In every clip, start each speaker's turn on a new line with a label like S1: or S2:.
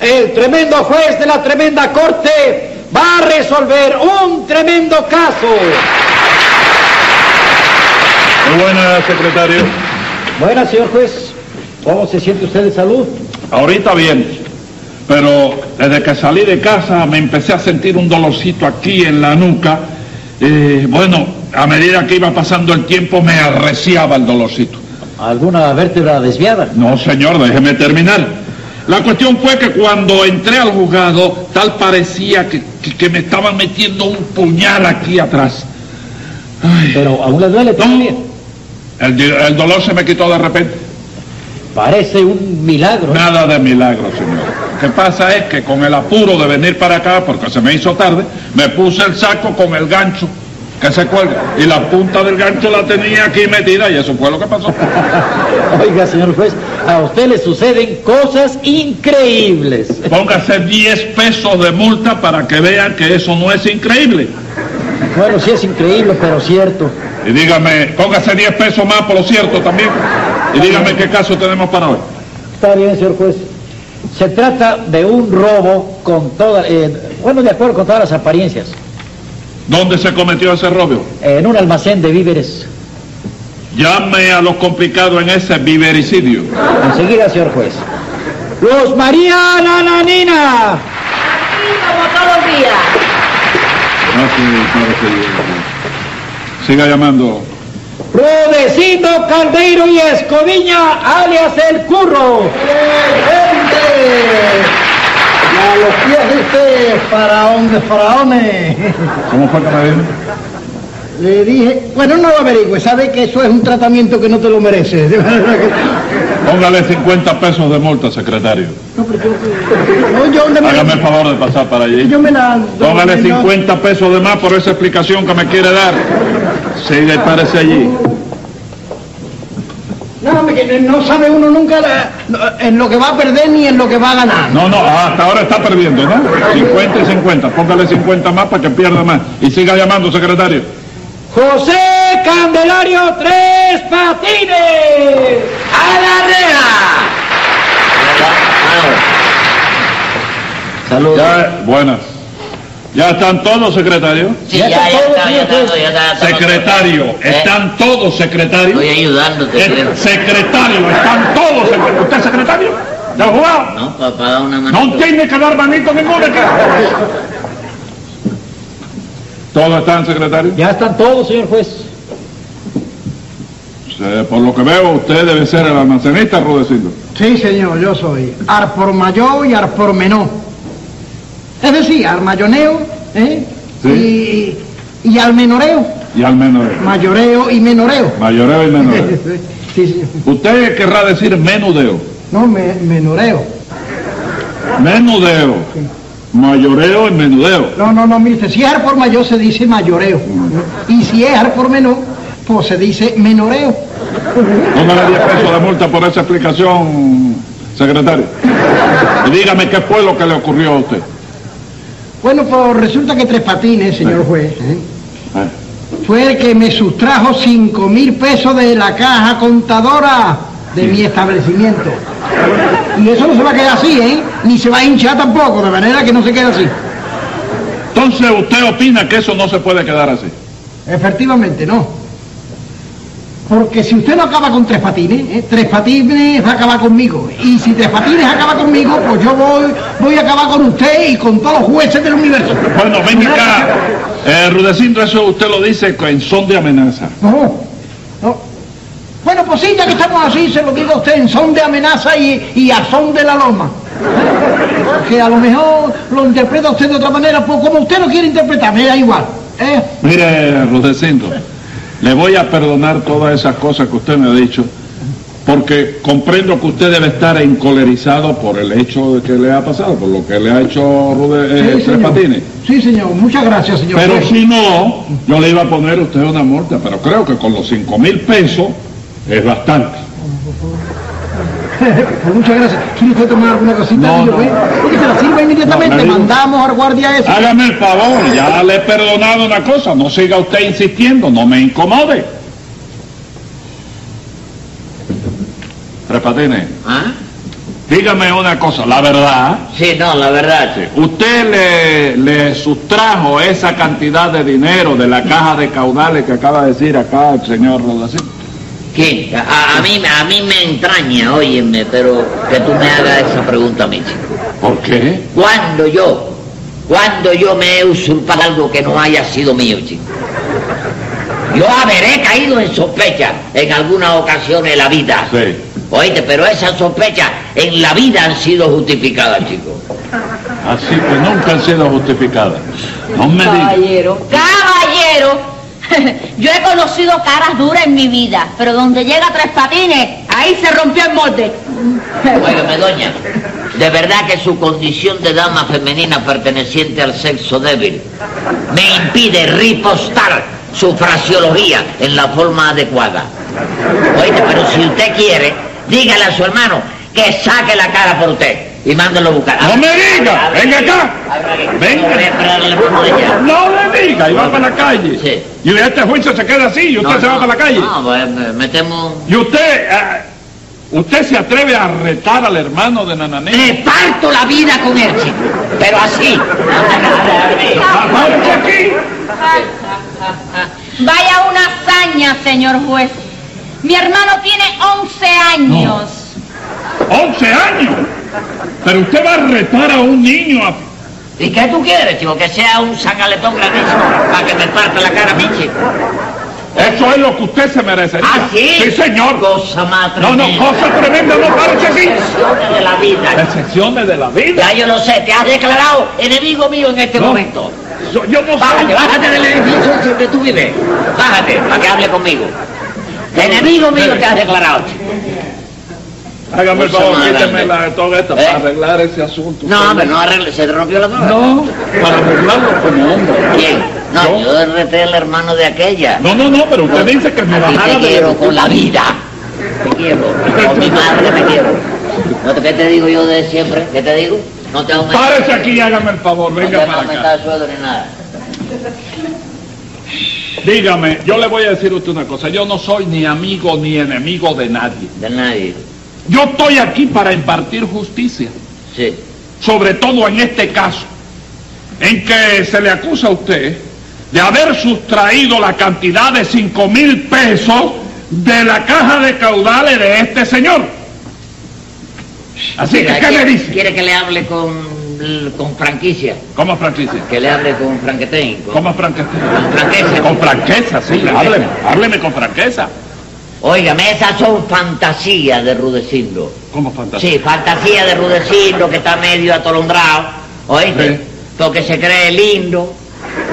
S1: el tremendo juez de la tremenda corte va a resolver un tremendo caso.
S2: Muy buena, secretario.
S1: Buenas, señor juez. ¿Cómo se siente usted de salud?
S2: Ahorita bien, pero desde que salí de casa me empecé a sentir un dolorcito aquí en la nuca. Eh, bueno, a medida que iba pasando el tiempo me arreciaba el dolorcito.
S1: ¿Alguna vértebra desviada?
S2: No, señor, déjeme terminar. La cuestión fue que cuando entré al juzgado, tal parecía que, que- que me estaban metiendo un puñal aquí atrás. Ay,
S1: Pero aún le duele
S2: no.
S1: todavía.
S2: el, di- el dolor se me quitó de repente.
S1: Parece un milagro.
S2: Nada de milagro, señor. Lo que pasa es que con el apuro de venir para acá, porque se me hizo tarde, me puse el saco con el gancho que se cuelga. Y la punta del gancho la tenía aquí metida y eso fue lo que pasó.
S1: Oiga, señor juez, a usted le suceden cosas increíbles.
S2: Póngase 10 pesos de multa para que vean que eso no es increíble.
S1: Bueno, sí es increíble, pero cierto.
S2: Y dígame, póngase 10 pesos más por lo cierto también. Y dígame qué caso tenemos para hoy.
S1: Está bien, señor juez. Se trata de un robo con toda, eh, bueno, de acuerdo con todas las apariencias,
S2: ¿Dónde se cometió ese robo?
S1: en un almacén de víveres.
S2: Llame a los complicados en ese vivericidio.
S1: Enseguida, señor juez. Los María Nananina.
S3: como todos los días.
S2: Gracias, claro que sí. Siga llamando.
S1: Rodecito Caldeiro y Escoviña, alias El Curro.
S4: Y a los pies de este faraón de faraones.
S2: ¿Cómo fue que me dijo?
S4: Le dije, bueno, no lo averigüe, sabe que eso es un tratamiento que no te lo mereces. De verdad que-
S2: Póngale 50 pesos de multa, secretario.
S4: No, pero yo, no, yo, me,
S2: Hágame el favor de pasar para allí.
S4: yo me la...
S2: Póngale
S4: no,
S2: 50 pesos de más por esa explicación que me quiere dar. Sigue, párese allí.
S4: No, hombre, que no no sabe uno nunca la- no, en lo que va a perder ni en lo que va a ganar.
S2: No, no, hasta ahora está perdiendo, ¿no? 50 y 50. Póngale 50 más para que pierda más. Y siga llamando, secretario.
S1: José Candelario Tres Patines.
S3: ¡A la reja!
S1: Saludos.
S2: Ya, buenas. ¿Ya están todos, secretario?
S3: Sí,
S1: Ya
S3: ya,
S1: está
S3: ya
S1: todo,
S3: está, ya
S1: señor
S3: está,
S1: juez.
S3: todo, ya está. todo.
S2: Secretario,
S3: Eh,
S2: ¿están Ah, todos, secretario?
S3: Estoy ayudándote,
S2: Eh,
S3: creo.
S2: Secretario, están todos. secre- ¿Usted es secretario? ¿Ya jugado?
S3: No, papá, da una mano.
S2: No tiene que dar manito ninguna. ¿Todos están, secretario?
S1: Ya están todos, señor juez.
S2: Eh, por lo que veo, usted debe ser el almacenista, Rudecindo.
S4: Sí, señor, yo soy ar por mayor y ar por menor. Es decir, ar mayoneo, ¿eh?
S2: Sí.
S4: Y, y al menoreo,
S2: Y al menoreo.
S4: mayoreo y menoreo.
S2: Mayoreo y menoreo.
S4: Sí, señor.
S2: Usted querrá decir menudeo.
S4: No, me- menoreo.
S2: Menudeo. Mayoreo y menudeo.
S4: No, no, no, mire, si es ar por mayor se dice mayoreo. Y si es ar por menor, pues se dice menoreo.
S2: Póngale 10 pesos de multa por esa explicación, secretario. Y dígame qué fue lo que le ocurrió a usted.
S4: Bueno, pues resulta que tres patines, señor
S2: Sí.
S4: juez. ¿eh?
S2: Eh,
S4: Fue el que me sustrajo cinco mil pesos de la caja contadora de mi establecimiento. Y eso no se va a quedar así, ¿eh? Ni se va a hinchar tampoco, de manera que no se quede así.
S2: Entonces, ¿usted opina que eso no se puede quedar así?
S4: Efectivamente, no. Porque si usted no acaba con tres patines, ¿eh? tres patines va a acabar conmigo. Y si tres patines acaba conmigo, pues yo voy, voy a acabar con usted y con todos los jueces del universo.
S2: Bueno, venga acá. Eh, Rudecindo, eso usted lo dice en son de amenaza.
S4: No, no. Bueno, pues sí, ya que estamos así, se lo digo a usted en son de amenaza y, y a son de la loma. Que a lo mejor lo interpreta usted de otra manera, pues como usted lo quiere interpretar, me da igual. ¿eh?
S2: Mire, Rudecindo, le voy a perdonar todas esas cosas que usted me ha dicho, porque comprendo que usted debe estar encolerizado por el hecho de que le ha pasado, por lo que le ha hecho Rude, eh, Tres
S4: señor.
S2: Patines.
S4: Sí, señor. Muchas gracias, señor.
S2: Pero
S4: juez.
S2: si no, yo le iba a poner a usted una multa, pero creo que con los cinco mil pesos es bastante.
S4: Pues muchas gracias. ¿Quiere usted tomar alguna cosita?
S2: No,
S4: señor
S2: no.
S4: juez? Porque se la sirva
S2: No, Ah. me
S4: inmediatamente.
S2: digo-
S4: Mandamos al guardia ese.
S2: Hágame el favor, ya le he perdonado una cosa, no siga usted insistiendo, no me incomode. Tres Patines,
S3: ¿Ah?
S2: Dígame una cosa, la verdad,
S3: Sí, no, la verdad, sí.
S2: usted le, le sustrajo esa cantidad de dinero de la caja de caudales que acaba de decir acá el señor Rodacín.
S3: ¿Quién? A, a mí, a mí me entraña, óyeme, pero que tú me hagas esa pregunta a mí, chico.
S2: ¿Por qué?
S3: ¿Cuándo yo? ¿Cuándo yo me he usurpado algo que no haya sido mío, chico? Yo haberé caído en sospecha en alguna ocasión en la vida.
S2: Sí.
S3: Oíste, pero esas sospechas en la vida han sido justificadas, chico.
S2: Así que nunca han sido justificadas. No me diga.
S5: Caballero, caballero. Yo he conocido caras duras en mi vida, pero donde llega tres patines, ahí se rompió el molde.
S3: Óigame, doña, de verdad que su condición de dama femenina perteneciente al sexo débil me impide ripostar su fraseología en la forma adecuada. Oíste, pero si usted quiere, dígale a su hermano que saque la cara por usted y mándelo a buscar.
S2: ¡No me diga!
S3: Abre,
S2: ¡Venga
S3: abre,
S2: acá!
S3: abre aquí.
S2: Venga.
S3: No voy a esperar el hermano de ella.
S2: No le diga, y va para la calle.
S3: Sí.
S2: Y este juicio se queda así y usted
S3: No,
S2: se va
S3: no,
S2: para la calle.
S3: No, pues, me- me temo...
S2: Y usted, ah, usted se atreve a retar al hermano de Nananina.
S3: Me parto la vida con él, chico, pero así.
S2: ¡Apárate aquí!
S5: Vaya una hazaña, señor juez. Mi hermano tiene 11 años.
S2: ¡11 años! Pero usted va a retar a un niño a...
S3: ¿Y qué tú quieres, chico? Que sea un sangaletón grandísimo para que me parta la cara a mí, chico.
S2: Eso es lo que usted se merece.
S3: ¿Ah, sí?
S2: Ah, Sí, señor.
S3: Cosa más
S2: No, no,
S3: tremenda.
S2: cosa tremenda, no parece así.
S3: Excepciones de la vida.
S2: Excepciones de la vida.
S3: Ya yo lo sé, te has declarado enemigo mío en este
S2: No.
S3: momento.
S2: Yo, yo no
S3: Bájate,
S2: soy...
S3: bájate del edificio en que tú vives. Bájate, para que hable conmigo. Enemigo mío te has declarado, chico.
S2: Hágame el favor,
S3: Mucho más
S2: quíteme
S3: grande.
S2: la de toga esta
S3: ¿Eh?
S2: para arreglar ese asunto.
S3: No, hombre, no arregle, se te rompió la droga.
S2: No, para arreglarlo pues, como hombre.
S3: ¿Quién? No,
S2: ¿Yo?
S3: yo derreté al hermano de aquella.
S2: No, no, no, pero usted dice que Pues me
S3: A ti
S2: bajara
S3: te
S2: de...
S3: quiero con la vida. Te quiero. Con mi madre me quiero. ¿No te, ¿Qué te digo yo de siempre? ¿Qué te digo? No te aumenta.
S2: Párese aquí y hágame el favor,
S3: No te
S2: venga
S3: van a
S2: para acá.
S3: aumentar el sueldo ni nada.
S2: Dígame, yo le voy a decir a usted una cosa, yo no soy ni amigo ni enemigo de nadie.
S3: De nadie.
S2: Yo estoy aquí para impartir justicia,
S3: Sí.
S2: sobre todo en este caso, en que se le acusa a usted de haber sustraído la cantidad de cinco mil pesos de la caja de caudales de este señor. Así que,
S3: Mira,
S2: ¿qué me
S3: ¿quiere-
S2: dice?
S3: ¿Quiere que le hable con, con franquicia?
S2: ¿Cómo franquicia?
S3: Que le hable con franquetén. Con,
S2: ¿Cómo franquicia?
S3: con franqueza.
S2: Con franqueza, sí, hábleme, hábleme con franqueza.
S3: Óigame, esas son fantasías de Rudecindo.
S2: ¿Cómo fantasía?
S3: Sí, fantasía de Rudecindo que está medio atolondrado, ¿oíste?
S2: Sí.
S3: Porque se cree lindo,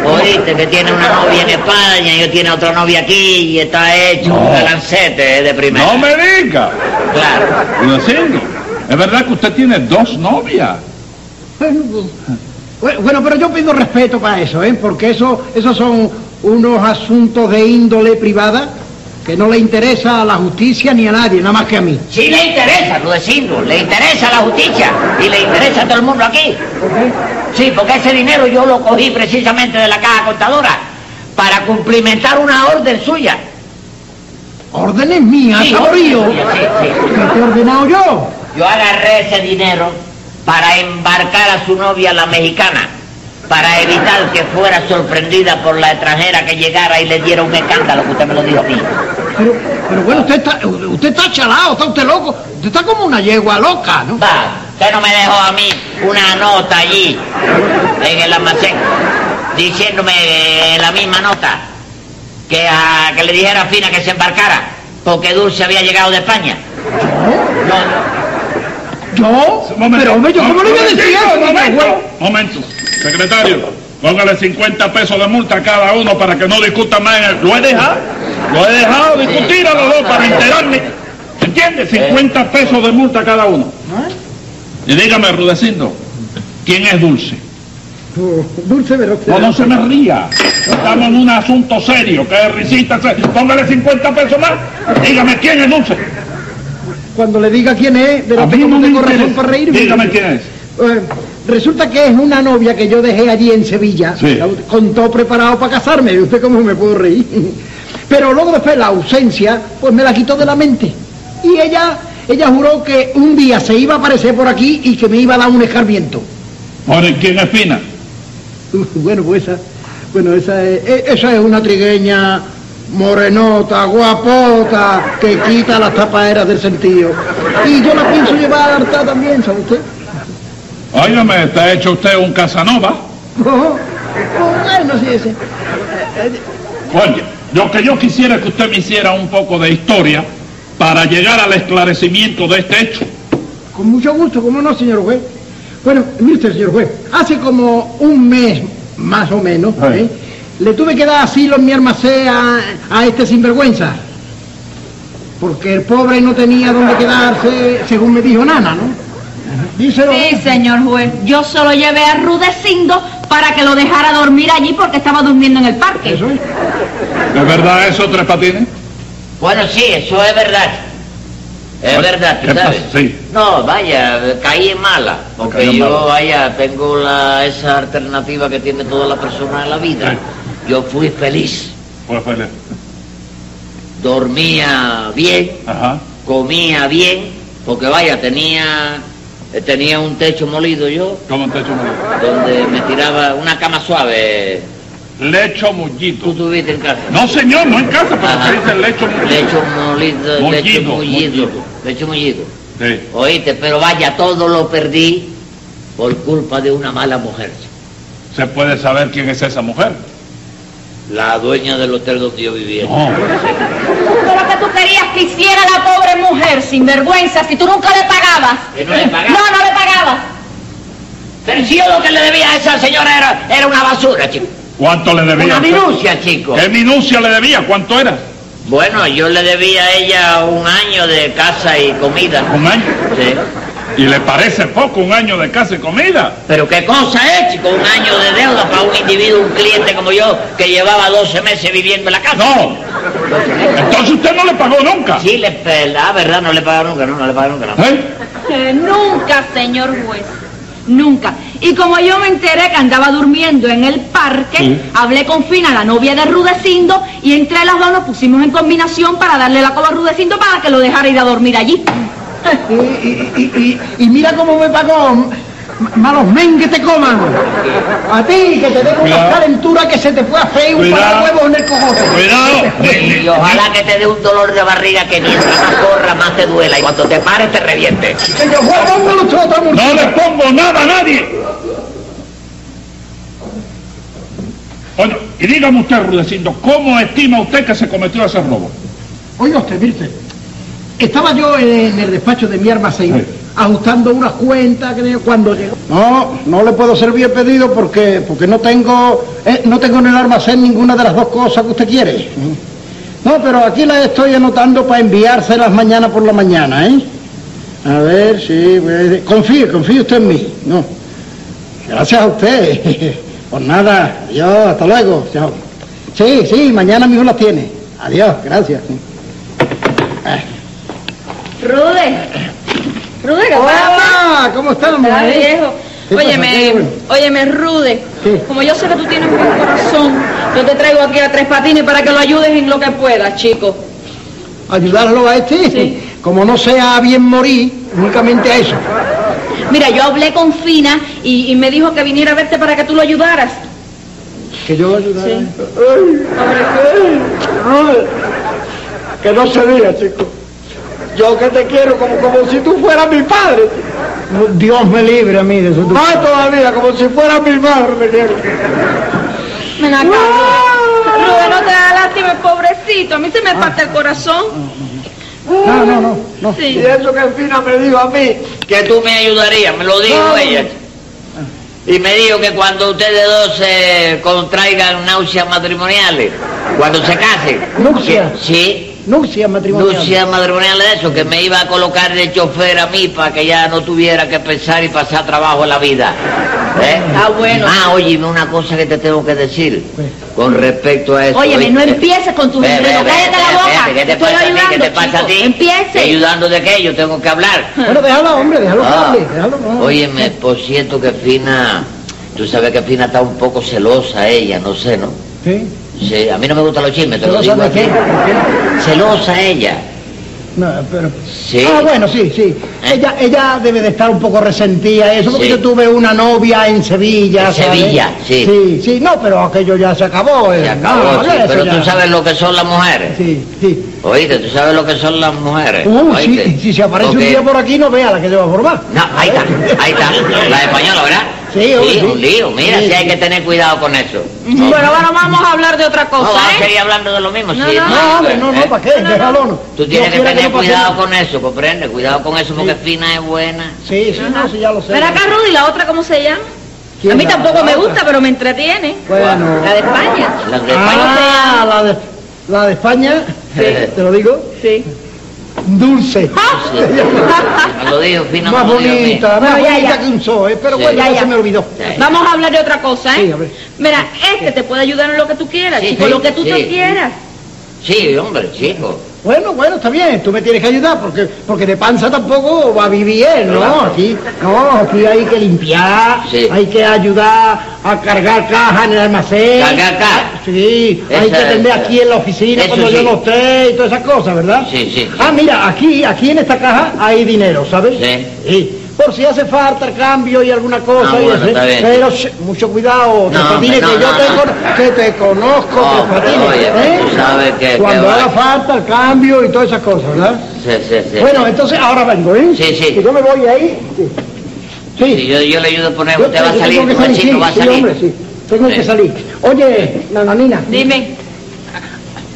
S3: ¿oíste? Que tiene una novia en España, yo tiene otra novia aquí y está hecho
S2: No.
S3: un galancete eh, de primera.
S2: No me diga.
S3: Claro.
S2: Rudecindo, es verdad que usted tiene dos novias.
S4: Bueno, bueno, pero yo pido respeto para eso, ¿eh? Porque eso, esos son unos asuntos de índole privada que no le interesa a la justicia ni a nadie, nada más que a mí.
S3: Sí le interesa Rudecindo, le interesa la justicia y le interesa a todo el mundo aquí. Sí, porque ese dinero yo lo cogí precisamente de la caja contadora para cumplimentar una orden suya.
S4: Órdenes mías,
S3: Sí,
S4: saborío.
S3: orden suya, sí, sí.
S4: ¿Qué te he ordenado yo?
S3: Yo agarré ese dinero para embarcar a su novia, la mexicana, para evitar que fuera sorprendida por la extranjera que llegara y le diera un escándalo, que usted me lo dijo a mí.
S4: Pero, pero bueno, usted está, usted está chalado, está usted loco. Usted está como una yegua loca, ¿no?
S3: Va, usted no me dejó a mí una nota allí, en el almacén, diciéndome eh, la misma nota, que, a- que le dijera a Fina que se embarcara, porque Dulce había llegado de España. No,
S4: ¿Yo? Pero hombre, ¿yo cómo le voy a decir
S2: Momentito,
S4: eso? niño
S2: Momento,
S4: huevo?
S2: momento. Secretario, póngale 50 pesos de multa a cada uno para que no discuta más. en el- Lo he dejado, lo he dejado discutir a los dos para enterarme. ¿Entiende?
S4: Eh.
S2: 50 pesos de multa a cada uno. Y dígame, Rudecindo, ¿quién es Dulce?
S4: Dulce
S2: No,
S4: Verónica.
S2: no se me ría. Estamos en un asunto serio. Que risita. se- Póngale 50 pesos más. Dígame quién es Dulce.
S4: Cuando le diga quién es,
S2: A
S4: Verónica,
S2: mí no
S4: no
S2: me
S4: tengo razón
S2: interesa.
S4: para reírme.
S2: Dígame quién es.
S4: Eh, resulta que es una novia que yo dejé allí en Sevilla,
S2: Sí.
S4: la- con todo preparado para casarme, ¿y usted cómo me puedo reír? Pero luego después la ausencia, pues me la quitó de la mente. Y ella, ella juró que un día se iba a aparecer por aquí y que me iba a dar un escarmiento.
S2: ¿Por el quién es fina?
S4: Uh, Bueno, pues esa, bueno, esa es, e- esa es una trigueña morenota, guapota, que quita las tapaderas del sentido. Y yo la pienso llevar a hartar también, ¿sabe usted?
S2: Óigame, está hecho usted un Casanova.
S4: Oh, bueno, sí, sí.
S2: Oye, lo que yo quisiera es que usted me hiciera un poco de historia para llegar al esclarecimiento de este hecho.
S4: Con mucho gusto, ¿cómo no, señor juez? Bueno, mire usted, señor juez, hace como un mes, más o menos,
S2: Ay.
S4: ¿eh? le tuve que dar asilo en mi almacén a, a este sinvergüenza. Porque el pobre no tenía dónde quedarse, según me dijo Nana, ¿no? Díselo.
S5: Sí, señor juez. Yo solo llevé a Rudecindo para que lo dejara dormir allí porque estaba durmiendo en el parque.
S4: Eso ¿eh? es.
S2: ¿De verdad eso, Tres Patines?
S3: Bueno, sí, eso es verdad. Es
S2: Bueno,
S3: verdad,
S2: ¿qué
S3: tú sabes.
S2: pasa? Sí.
S3: No, vaya, caí en mala. Porque
S2: Cayó en
S3: yo,
S2: mala.
S3: vaya, tengo la, esa alternativa que tiene toda la persona en la vida. Yo fui feliz.
S2: Pues Felipe.
S3: Dormía bien,
S2: Ajá.
S3: comía bien, porque vaya, tenía, eh, tenía un techo molido yo,
S2: ¿Cómo te hecho mullido?
S3: donde me tiraba una cama suave.
S2: Lecho
S3: Tú
S2: mullito.
S3: tuviste en casa.
S2: No, señor, no en casa, pero
S3: Ajá.
S2: se dice lecho mullito.
S3: Lecho molido, lecho
S2: Mullido,
S3: mullido,
S2: mullido.
S3: lecho mullido.
S2: Sí.
S3: Oíste, pero vaya, todo lo perdí por culpa de una mala mujer.
S2: ¿Se puede saber quién es esa mujer?
S3: La dueña del hotel donde yo vivía.
S2: No.
S5: Pero que tú querías que hiciera la pobre mujer sin vergüenza si tú nunca le pagabas.
S3: Que no le pagaba.
S5: No, no le pagabas.
S3: Pero si yo lo que le debía a esa señora era, era una basura, chico.
S2: ¿Cuánto le debía?
S3: Una
S2: usted?
S3: minucia, chico.
S2: ¿Qué minucia le debía? ¿Cuánto era?
S3: Bueno, yo le debía a ella un año de casa y comida.
S2: ¿Un año?
S3: Sí.
S2: ¿Y le parece poco un año de casa y comida?
S3: Pero qué cosa es, chico, un año de deuda para un individuo, un cliente como yo, que llevaba 12 meses viviendo en la casa.
S2: No. Entonces usted no le pagó nunca.
S3: Sí, le, pe- ah, verdad, no le pagaron nunca, no, no le pagaron nunca. no.
S2: ¿Eh?
S5: Eh, nunca, señor juez. Nunca. Y como yo me enteré que andaba durmiendo en el parque,
S2: Sí.
S5: hablé con Fina, la novia de Rudecindo, y entre las dos nos pusimos en combinación para darle la coba a Rudecindo para que lo dejara ir a dormir allí.
S4: Y, y- y- y- y mira cómo me pagó. m- Malos men que te coman. A ti, que te den una
S2: Cuidado.
S4: calentura que se te pueda hacer un par de
S2: Cuidado.
S4: huevos en el cojote.
S2: Cuidado.
S3: Y ojalá que te dé un dolor de barriga que mientras más corra más te duela y cuando te pares te reviente.
S4: Señor juez, póngalo usted otra multa.
S2: No le pongo nada a nadie. Bueno, y dígame usted, Rudecindo, ¿cómo estima usted que se cometió ese robo?
S4: Oiga usted, mire usted. Estaba yo en, en el despacho de mi almacén,
S2: Sí.
S4: ajustando unas cuentas que cuando llegó. No, no le puedo servir el pedido porque, porque no tengo, eh, no tengo en el almacén ninguna de las dos cosas que usted quiere. No, pero aquí las estoy anotando para enviárselas mañana por la mañana, ¿eh? A ver, sí, pues, confíe, confíe usted en mí. No. Gracias a usted. Por nada. Adiós, hasta luego. Chao. Sí, sí, mañana mismo las tiene. Adiós, gracias.
S5: Rude. Rude, ¿qué
S4: Hola, ¿cómo estamos?
S5: Está
S4: eh?
S5: viejo.
S4: ¿Qué pasa? ¿Qué,
S5: Óyeme,
S4: bueno?
S5: óyeme, Rude,
S4: ¿Qué?
S5: como yo sé que tú tienes buen corazón, yo te traigo aquí a Tres Patines para que lo ayudes en lo que puedas, chico.
S4: Ayudarlo a este.
S5: Sí.
S4: Como no sea bien morir, únicamente a eso.
S5: Mira, yo hablé con Fina y, y me dijo que viniera a verte para que tú lo ayudaras.
S4: Que yo ayudara.
S5: Sí.
S4: Que no se diga, chico. Yo que te quiero como, como si tú fueras mi padre. Dios me libre a mí de eso. Más todavía, como si fueras mi madre, me quiero.
S5: Ven acá, Rude. Rude, no te da lástima, pobrecito. A mí se me parte el corazón.
S4: Ah.
S5: Uh,
S4: No, no, no. no.
S5: Sí.
S4: eso que Fina me dijo a mí.
S3: Que tú me ayudarías, me lo dijo
S4: No.
S3: ella. Y me dijo que cuando ustedes dos se contraigan náuseas matrimoniales, cuando se casen.
S4: Nupcias.
S3: que- Sí,
S4: Nucia matrimonial.
S3: náuseas matrimoniales de eso, que me iba a colocar de chofer a mí para que ya no tuviera que pensar y pasar trabajo en la vida. ¿Eh?
S5: Ah, bueno.
S3: Ah, óyeme una cosa que te tengo que decir con respecto a eso.
S5: Óyeme, no
S3: ¿oíste?
S5: empieces con tus
S3: Ve, ve,
S5: enredos.
S3: ve,
S5: Cállate la
S3: espérate,
S5: boca.
S3: ¿Qué te
S5: Estoy
S3: pasa a ti? ¿Qué
S5: ayudando,
S3: te pasa a
S5: chico.
S3: ti?
S5: Empiece.
S3: ¿Estoy ayudando de qué? Yo tengo que hablar.
S4: Bueno, déjalo, hombre, déjalo que
S3: Ah,
S4: hable, déjalo. no.
S3: óyeme, por cierto que Fina, tú sabes que Fina está un poco celosa ella, no sé, ¿no?
S4: Sí.
S3: Sí, a mí no me gustan los chismes, te lo
S4: ¿Celosa de
S3: digo a ti.
S4: qué? ¿De
S3: Celosa ella.
S4: No, pero...
S3: Sí. Eh.
S4: Ah, bueno, sí, sí. Ella, ella debe de estar un poco resentida, eso, porque
S3: Sí.
S4: yo tuve una novia en Sevilla.
S3: En
S4: ¿sabes?
S3: Sevilla, sí.
S4: Sí, sí, no, pero aquello ya se acabó. eh,
S3: Se
S4: no,
S3: acabó, sí,
S4: eso
S3: pero
S4: ya-
S3: tú sabes lo que son las mujeres.
S4: Sí, sí.
S3: Oíste, tú sabes lo que son las mujeres.
S4: Uh,
S3: ¿oíste?
S4: sí, si se aparece
S3: Eh, Porque-
S4: un día por aquí, no vea la que se va a formar.
S3: No, ahí está, ahí está. La española, ¿verdad?
S4: Sí, hombre, sí.
S3: un lío. Mira,
S4: Sí,
S3: sí, hay
S4: sí.
S3: que tener cuidado con eso.
S5: Bueno, bueno, vamos a hablar de otra
S3: No,
S5: cosa,
S3: vamos a
S5: ¿eh?
S3: seguir hablando de lo mismo.
S5: No,
S3: sí,
S5: no,
S4: No, Ah, hombre, no, no,
S3: ¿eh?
S4: ¿para qué?
S5: No, no,
S4: Déjalo. no.
S3: Tú
S4: Dios
S3: tienes que
S4: quiera
S3: tener
S4: no pase
S3: cuidado
S4: nada.
S3: con eso, comprende. Cuidado con eso porque
S4: Sí.
S3: Fina es buena.
S4: Sí, sí, no, sí, ya lo sé.
S5: Ven acá, Rudy, ¿la otra cómo se llama?
S4: ¿Quién
S5: A mí
S4: la-
S5: tampoco
S4: la
S5: me
S4: otra?
S5: gusta, pero me entretiene.
S4: Bueno.
S5: La de España.
S3: La de España.
S4: Ah, la de, la de España,
S3: Sí.
S4: te lo digo,
S5: Sí. Ah.
S4: dulce.
S3: Me lo dijo Fina.
S4: Ah. más
S3: me lo dijo a mí.
S4: bonita, más
S5: No, ya,
S4: bonita
S5: ya.
S4: que un zoo, ¿eh? pero
S3: Sí.
S4: bueno,
S5: Ya,
S4: ya,
S5: ya.
S4: se me olvidó.
S3: Sí.
S5: Vamos a hablar de otra cosa, ¿eh?
S4: Sí, a ver.
S5: Mira, este te puede ayudar en lo que tú quieras,
S3: Sí,
S5: chico,
S3: sí,
S5: lo que tú
S3: sí.
S5: te quieras.
S3: Sí, hombre, chico.
S4: Bueno, bueno, está bien, tú me tienes que ayudar, porque porque de panza tampoco va a vivir él, ¿no?
S3: Claro.
S4: Aquí, no, aquí hay que limpiar,
S3: Sí.
S4: hay que ayudar a cargar cajas en el almacén.
S3: Cargar cajas.
S4: Sí, hay que
S3: Esa-
S4: atender aquí en la oficina
S3: Eso
S4: cuando yo
S3: sí.
S4: no esté y todas esas cosas, ¿verdad?
S3: Sí, sí, sí.
S4: Ah, mira, aquí, aquí en esta caja hay dinero, ¿sabes?
S3: Sí.
S4: Por si hace falta el cambio y alguna cosa.
S3: Ah,
S4: y
S3: bueno,
S4: ese-
S3: está bien.
S4: Pero sh- mucho cuidado,
S3: No,
S4: Tres Patines,
S3: hombre,
S4: que
S3: no,
S4: yo
S3: no,
S4: te,
S3: no.
S4: con- que te conozco,
S3: Oh,
S4: Tres Patines,
S3: oye,
S4: ¿eh?
S3: tú sabes que- que
S4: Cuando
S3: va-
S4: haga falta el cambio y todas esas cosas, ¿verdad?
S3: Sí, sí, sí.
S4: Bueno, entonces ahora vengo, ¿eh?
S3: Sí, sí.
S4: Que yo me voy ahí. Sí.
S3: Sí, yo, yo le ayudo a poner.
S4: Yo-
S3: Usted va a
S4: yo
S3: salir,
S4: tengo que salir,
S3: muchachito,
S4: sí,
S3: va a
S4: sí,
S3: salir.
S4: hombre, sí. Tengo
S3: Sí.
S4: que salir. Oye, nananina,
S5: Dime.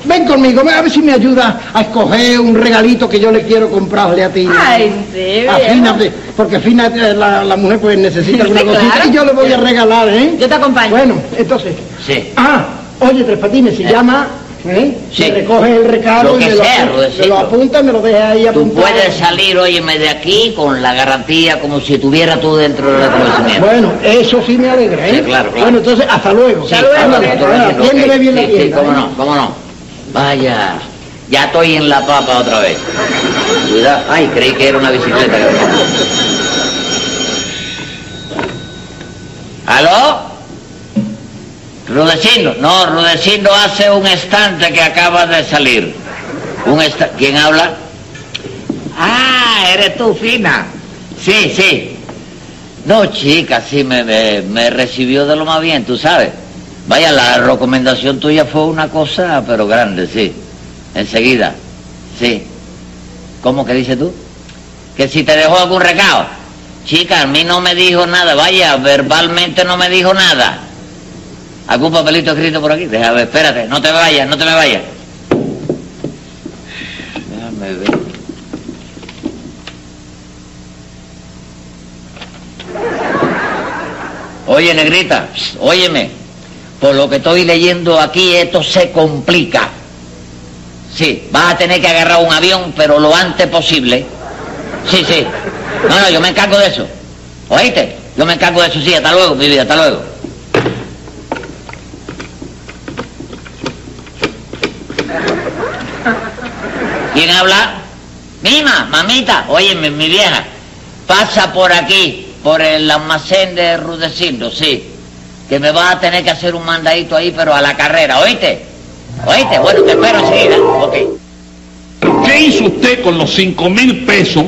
S4: ven conmigo, a ver si me ayuda a escoger un regalito que yo le quiero comprarle a ti.
S5: Ay, sí,
S4: A
S5: viejo.
S4: Fina, porque Fina, eh, la, la mujer, pues necesita alguna
S5: Sí,
S4: cosita
S5: claro.
S4: y yo le voy a regalar, ¿eh?
S5: Yo te acompaño.
S4: Bueno, entonces.
S3: Sí.
S4: Ah, oye, Tres Patines, se
S3: Eh.
S4: llama, ¿eh?
S3: Sí.
S4: Se recoge el recado
S3: Lo
S4: y
S3: que
S4: me lo,
S3: sea,
S4: apunta,
S3: Rudecito.
S4: me lo apunta y me lo deja ahí
S3: Tú
S4: apuntado.
S3: puedes salir, óyeme, de aquí con la garantía como si estuviera tú dentro del reconocimiento.
S4: Bueno, eso sí me alegra, ¿eh?
S3: Sí, claro, claro.
S4: Bueno, entonces, hasta luego.
S3: Sí,
S4: Ándale,
S3: claro, claro,
S4: ándale,
S3: claro,
S4: atiéndeme
S3: ok.
S4: ¿eh? bien la
S3: Sí,
S4: tienda.
S3: Sí, cómo
S4: ¿eh?
S3: no, cómo no. Vaya, ya estoy en la papa otra vez. Cuidado. Ay, creí que era una bicicleta. ¿Aló? Rudecindo. No, Rudecindo hace un estante que acaba de salir. Un esta- ¿Quién habla? Ah, eres tú, Fina. Sí, sí. No, chica, sí, me, me, me recibió de lo más bien, tú sabes. Vaya, la recomendación tuya fue una cosa, pero grande, sí. Enseguida, sí. ¿Cómo que dices tú? Que si te dejó algún recado. Chica, a mí no me dijo nada, vaya, verbalmente no me dijo nada. ¿Algún papelito escrito por aquí? Déjame, ver, espérate, no te vayas, no te me vayas. Déjame ver. Oye, negrita, pss, óyeme. Por lo que estoy leyendo aquí, esto se complica. Sí, vas a tener que agarrar un avión, pero lo antes posible. Sí, sí. No, no, yo me encargo de eso. ¿Oíste? Yo me encargo de eso, sí. Hasta luego, mi vida, hasta luego. ¿Quién habla? Mima, mamita, óyeme, mi vieja, pasa por aquí, por el almacén de Rudecindo, sí, que me vas a tener que hacer un mandadito ahí, pero a la carrera, ¿oíste? ¿Oíste? Bueno, te espero enseguida, ok.
S2: ¿Qué hizo usted con los cinco mil pesos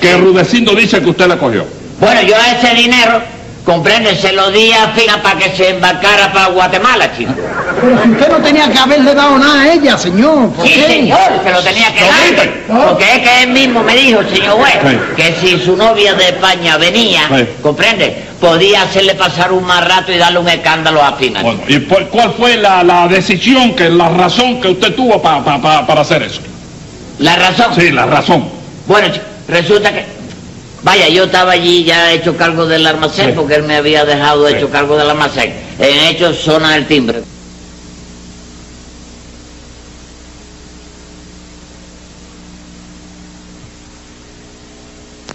S2: que Rudecindo dice que usted la cogió?
S3: Bueno, yo a ese dinero, comprende, se lo di a Fina para que se embarcara para Guatemala, chico.
S4: Pero si usted no tenía que haberle dado nada a ella, señor. ¿por
S3: Sí,
S4: qué?
S3: señor, se lo tenía que dar.
S4: No.
S3: Porque es que él mismo me dijo, señor juez,
S2: Sí.
S3: que si su novia de España venía,
S2: Sí.
S3: comprende, podía hacerle pasar un mal rato y darle un escándalo a Fina.
S2: Bueno, ¿y por- cuál fue la, la decisión, que la razón que usted tuvo pa- pa- pa- para hacer eso?
S3: La razón.
S2: Sí, la razón.
S3: Bueno, ch- resulta que. Vaya, yo estaba allí ya hecho cargo del almacén
S2: Sí.
S3: porque él me había dejado
S2: Sí.
S3: hecho cargo del almacén. En hecho, zona del timbre.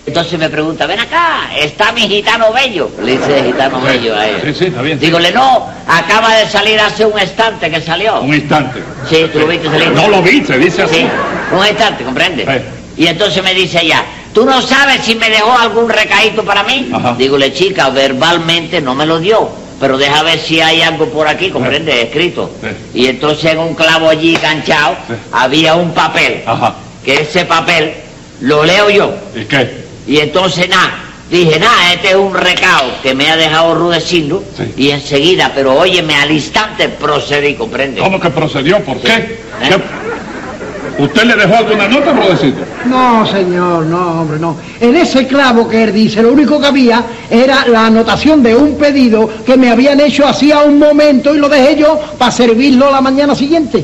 S3: Entonces me pregunta, ven acá, ¿está mi gitano bello? Le dice gitano bello a
S2: Sí,
S3: él.
S2: sí, está bien. sí.
S3: Dígole, no, acaba de salir hace un instante que salió.
S2: Un instante.
S3: Sí, tú lo viste salir.
S2: No lo vi, se dice así.
S3: Sí, un instante, ¿comprende?
S2: Sí.
S3: Y entonces me dice ella, ¿tú no sabes si me dejó algún recadito para mí?
S2: Ajá.
S3: Dígole, chica, verbalmente no me lo dio, pero deja ver si hay algo por aquí, ¿comprende? Escrito.
S2: Sí.
S3: Y entonces en un clavo allí canchado
S2: Sí. Ah.
S3: había un papel
S2: Ajá.
S3: que ese papel lo leo yo.
S2: ¿Y qué?
S3: Y entonces nada, dije, nada, este es un recao que me ha dejado rudecindo.
S2: Sí.
S3: Y enseguida, pero óyeme, al instante procedí, ¿comprende?
S2: ¿Cómo que procedió? ¿Por qué?
S3: Sí.
S2: ¿Qué? ¿Usted le dejó alguna nota, Rodecito?
S4: No, señor, no, hombre, no. En ese clavo que él dice, lo único que había era la anotación de un pedido que me habían hecho hacía un momento y lo dejé yo para servirlo la mañana siguiente.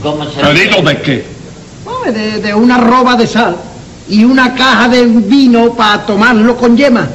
S3: ¿Cómo se
S2: ¿Pedido de qué?
S4: Hombre, De, de una roba de sal y una caja de vino para tomarlo con yema.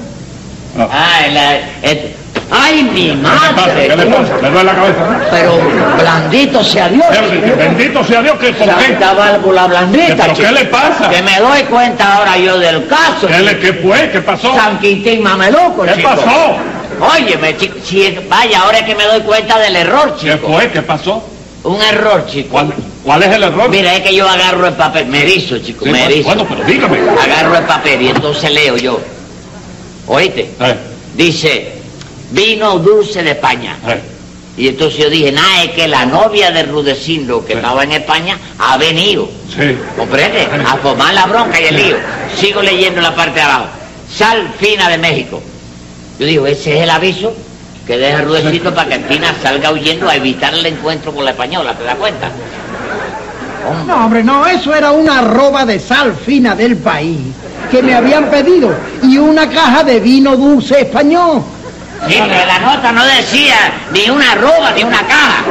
S3: Ah, la- et- ¡Ay, mi
S2: ¿Qué le pasa?
S3: madre!
S2: ¿Qué le pasa? ¿Le duele la cabeza?
S3: Pero blandito sea Dios.
S2: Espérate, que Bendito sea Dios, que ¿por qué?
S3: Santa válvula blandita.
S2: ¿Pero qué
S3: chico.
S2: le pasa?
S3: Que me doy cuenta ahora yo del caso.
S2: ¿Qué, le- qué fue? ¿Qué pasó?
S3: San Quintín mameluco,
S2: ¿Qué
S3: chico.
S2: pasó?
S3: Óyeme, chico, si es- vaya, ahora es que me doy cuenta del error,
S2: ¿Qué
S3: chico.
S2: fue? ¿Qué pasó?
S3: Un error, chico.
S2: ¿Cuál, cuál es el error?
S3: Mira, es que yo agarro el papel, me erizo, chico,
S2: Sí,
S3: me
S2: bueno,
S3: erizo.
S2: bueno, pero dígame.
S3: Agarro el papel y entonces leo yo. ¿Oíste?
S2: Eh,
S3: Dice, vino dulce de España.
S2: eh.
S3: Y entonces yo dije, nada, es que la novia de Rudecindo, que
S2: Sí.
S3: estaba en España, ha venido.
S2: Sí.
S3: ¿Comprende? A formar la bronca y el lío. Sigo leyendo la parte de abajo. Sal fina de México. Yo digo, ese es el aviso que deja Rudecindo para que Fina salga huyendo a evitar el encuentro con la española, ¿te das cuenta? Hombre,
S4: No, hombre, no, eso era una roba de sal fina del país que me habían pedido y una caja de vino dulce español.
S3: sí, pero la nota no decía ni una roba ni una caja.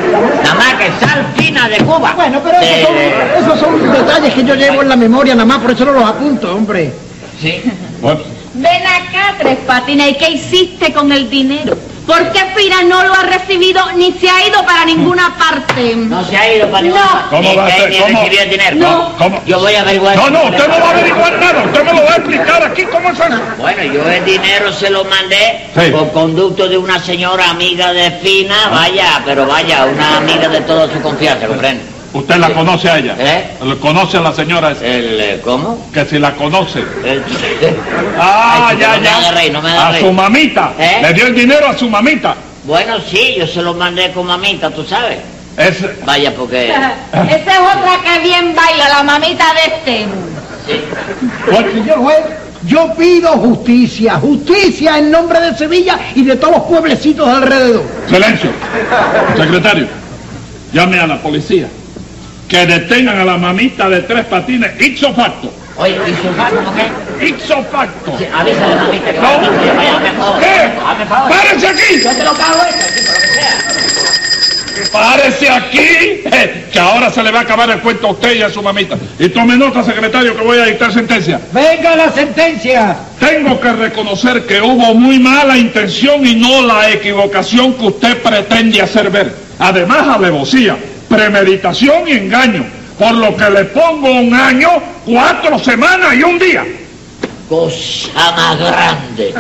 S3: Nada más que sal fina de Cuba.
S4: Bueno, pero esos son,
S3: Eh,
S4: esos son detalles que yo llevo en la memoria nada más, por eso no los apunto, hombre.
S3: sí.
S2: Bueno,
S5: Ven acá, Tres Patines, ¿y qué hiciste con el dinero? ¿Por qué Fina no lo ha recibido ni se ha ido para ninguna parte?
S3: No se ha ido para ningún
S5: No.
S3: lado.
S2: ¿Cómo
S3: Ni
S2: va a
S3: que
S2: ser?
S3: ni
S2: ¿Cómo?
S3: recibió el dinero.
S5: No.
S2: ¿Cómo?
S3: Yo voy a averiguar.
S2: No,
S3: si
S2: no,
S3: se le
S2: usted no va a
S3: pagó.
S2: averiguar nada. Usted me lo va a explicar aquí cómo es eso.
S3: Bueno, yo el dinero se lo mandé
S2: Sí. Ah.
S3: por conducto de una señora amiga de Fina, vaya, pero vaya, una amiga de toda su confianza, ¿comprende?
S2: Usted la
S3: Sí.
S2: conoce a ella.
S3: ¿Eh?
S2: Lo Conoce a la señora esa.
S3: El, eh, ¿Cómo?
S2: Que si la conoce.
S3: El-
S2: Ah,
S3: Ay, chico,
S2: ya,
S3: no me
S2: ya.
S3: haga reír, no me haga
S2: a
S3: reír.
S2: su mamita.
S3: ¿Eh?
S2: Le dio el dinero a su mamita.
S3: Bueno, sí, yo se lo mandé con mamita, tú sabes.
S2: Es...
S3: Vaya, porque...
S5: Esa es otra que bien baila, la mamita de este.
S2: pues,
S4: Señor juez, yo pido justicia, justicia en nombre de Sevilla y de todos los pueblecitos de alrededor.
S2: Silencio. Secretario, llame a la policía. Que detengan a la mamita de tres patines ipso facto.
S3: Oye, ¿y su padre, por qué?
S2: Ipso facto.
S3: Sí, avísale a mamita que
S2: No.
S3: vaya, vaya, vaya, hazme favor,
S2: ¿Qué?
S3: hazme favor.
S2: ¡Párense aquí!
S3: Yo te lo pago esto, chico, lo que sea.
S2: ¡Párese aquí! eh, Que ahora se le va a acabar el cuento a usted y a su mamita. Y tome nota, secretario, que voy a dictar sentencia.
S4: Venga la sentencia.
S2: Tengo que reconocer que hubo muy mala intención y no la equivocación que usted pretende hacer ver. Además, alevosía, premeditación y engaño. Por lo que le pongo un año, cuatro semanas y un día.
S3: Cosa más grande.